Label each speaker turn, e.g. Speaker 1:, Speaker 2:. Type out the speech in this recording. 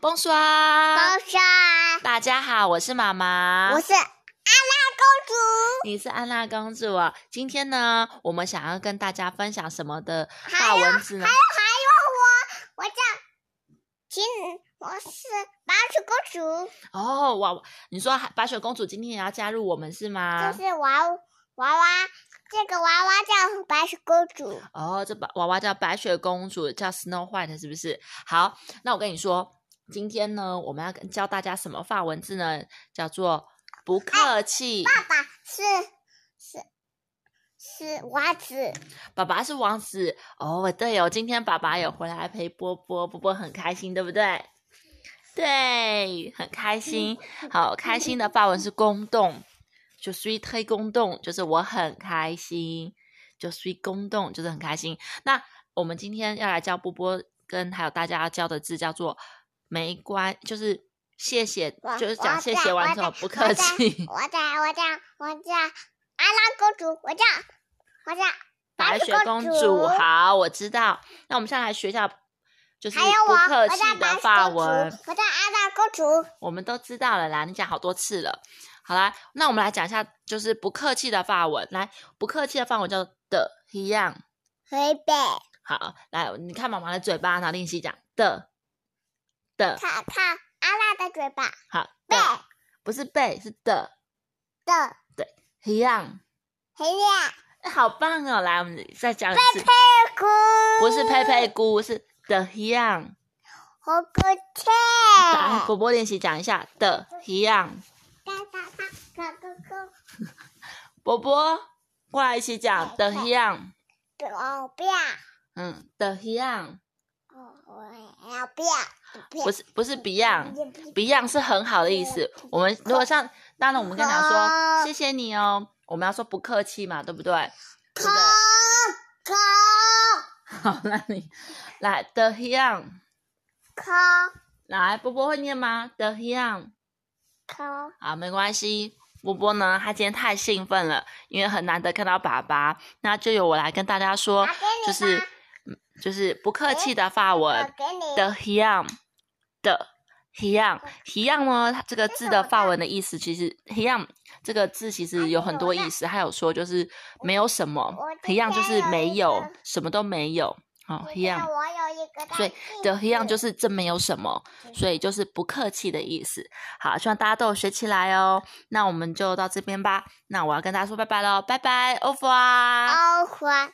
Speaker 1: 蹦刷，
Speaker 2: 高山，
Speaker 1: 大家好，我是妈妈，
Speaker 2: 我是安娜
Speaker 1: 你是安娜公主哦。今天呢，我们想要跟大家分享什么的大
Speaker 2: 还有
Speaker 1: 文字呢？
Speaker 2: 公主，我叫秦，我是白雪公主，
Speaker 1: 哦，哇，你说还白雪公主今天也要加入我们是吗？
Speaker 2: 这是娃娃娃，这个娃娃叫白雪公主。
Speaker 1: 哦，这把娃娃叫白雪公主，叫 Snow White 是不是？好，那我跟你说，今天呢，我们要跟教大家什么法文字呢？叫做不客气。
Speaker 2: 爸爸是是是娃子，
Speaker 1: 爸爸是王子哦，对哦，今天爸爸有回来陪波波，波波很开心，对不对？对，很开心。好，开心的法文是公动，就 suis très 公动，就是我很开心，就 suis 公动，就是很开心。那我们今天要来教波波跟还有大家要教的字叫做没关，就是谢谢，
Speaker 2: 我
Speaker 1: 就是讲
Speaker 2: 我
Speaker 1: 谢
Speaker 2: 在
Speaker 1: 谢完
Speaker 2: 我
Speaker 1: 之后
Speaker 2: 在
Speaker 1: 不客气。
Speaker 2: 我叫我叫我叫安娜公主，我叫我叫
Speaker 1: 白雪公主，好，我知道。那我们现在来学一下，就是
Speaker 2: 还有我
Speaker 1: 不客
Speaker 2: 我
Speaker 1: 气
Speaker 2: 叫白
Speaker 1: 的
Speaker 2: 雪
Speaker 1: 法
Speaker 2: 公主，
Speaker 1: 文，
Speaker 2: 我叫安娜公主。
Speaker 1: 我们都知道了啦。你讲好多次了。好啦，那我们来讲一下，就是不客气的法文。来，不客气的法文叫的一样。
Speaker 2: 回北，
Speaker 1: 好，来，你看妈妈的嘴巴，然后练习讲的的。
Speaker 2: 看看安娜的嘴巴，
Speaker 1: 好，
Speaker 2: 背
Speaker 1: 的不是背，是的
Speaker 2: 的
Speaker 1: 一样。
Speaker 2: 黑亮
Speaker 1: 哎好棒哦！来，我们再讲一次，
Speaker 2: 屁股，
Speaker 1: 不是佩佩菇，是的一样。
Speaker 2: 我不切。
Speaker 1: 来，
Speaker 2: 哦
Speaker 1: 波波练习讲一下的一样。
Speaker 2: 嘎嘎嘎嘎嘎嘎，
Speaker 1: 波波，过来一起讲的一样，
Speaker 2: 不要不要，
Speaker 1: 嗯，的一样，
Speaker 2: 哦我要不要，不要
Speaker 1: 不是不是 Beyond。Beyond 是很好的意思。我们如果像，当然我们跟他说
Speaker 2: 好
Speaker 1: 谢谢你哦，我们要说不客气嘛，对不对？对
Speaker 2: 扣
Speaker 1: 不对？
Speaker 2: 扣
Speaker 1: 好，那你来的 Beyond，
Speaker 2: 扣
Speaker 1: 来波波会念吗？的 Beyond，
Speaker 2: 扣，
Speaker 1: 好，没关系。波波呢，他今天太兴奋了，因为很难得看到爸爸，那就由我来跟大家说
Speaker 2: 拿给，
Speaker 1: 就
Speaker 2: 你
Speaker 1: 是
Speaker 2: 吧
Speaker 1: 嗯就是不客气的发文。
Speaker 2: 我给你
Speaker 1: 的 hiang 的 hiang hiang 呢，它这个
Speaker 2: 这
Speaker 1: 字
Speaker 2: 个
Speaker 1: 的
Speaker 2: 我
Speaker 1: 法
Speaker 2: 看
Speaker 1: 文的意思其实 hiang 这个字其
Speaker 2: 啊
Speaker 1: 实有
Speaker 2: 这
Speaker 1: 很
Speaker 2: 个
Speaker 1: 多
Speaker 2: 我
Speaker 1: 意
Speaker 2: 看
Speaker 1: 思，还有说就是没有什么
Speaker 2: 我之
Speaker 1: ，hiang 就
Speaker 2: 前
Speaker 1: 是
Speaker 2: 有
Speaker 1: 没
Speaker 2: 一
Speaker 1: 有
Speaker 2: 个，
Speaker 1: 什么都没有，哦
Speaker 2: 你知道
Speaker 1: ，hiang
Speaker 2: 我有一个大
Speaker 1: 所以
Speaker 2: 弟
Speaker 1: 的 hiang 就
Speaker 2: 弟
Speaker 1: 是这没有什么，
Speaker 2: 嗯
Speaker 1: 所以就是不客气的意思。好，希望大家都有学起来哦。那我们就到这边吧，那我要跟大家说拜拜喽，拜拜，over。
Speaker 2: 凹花。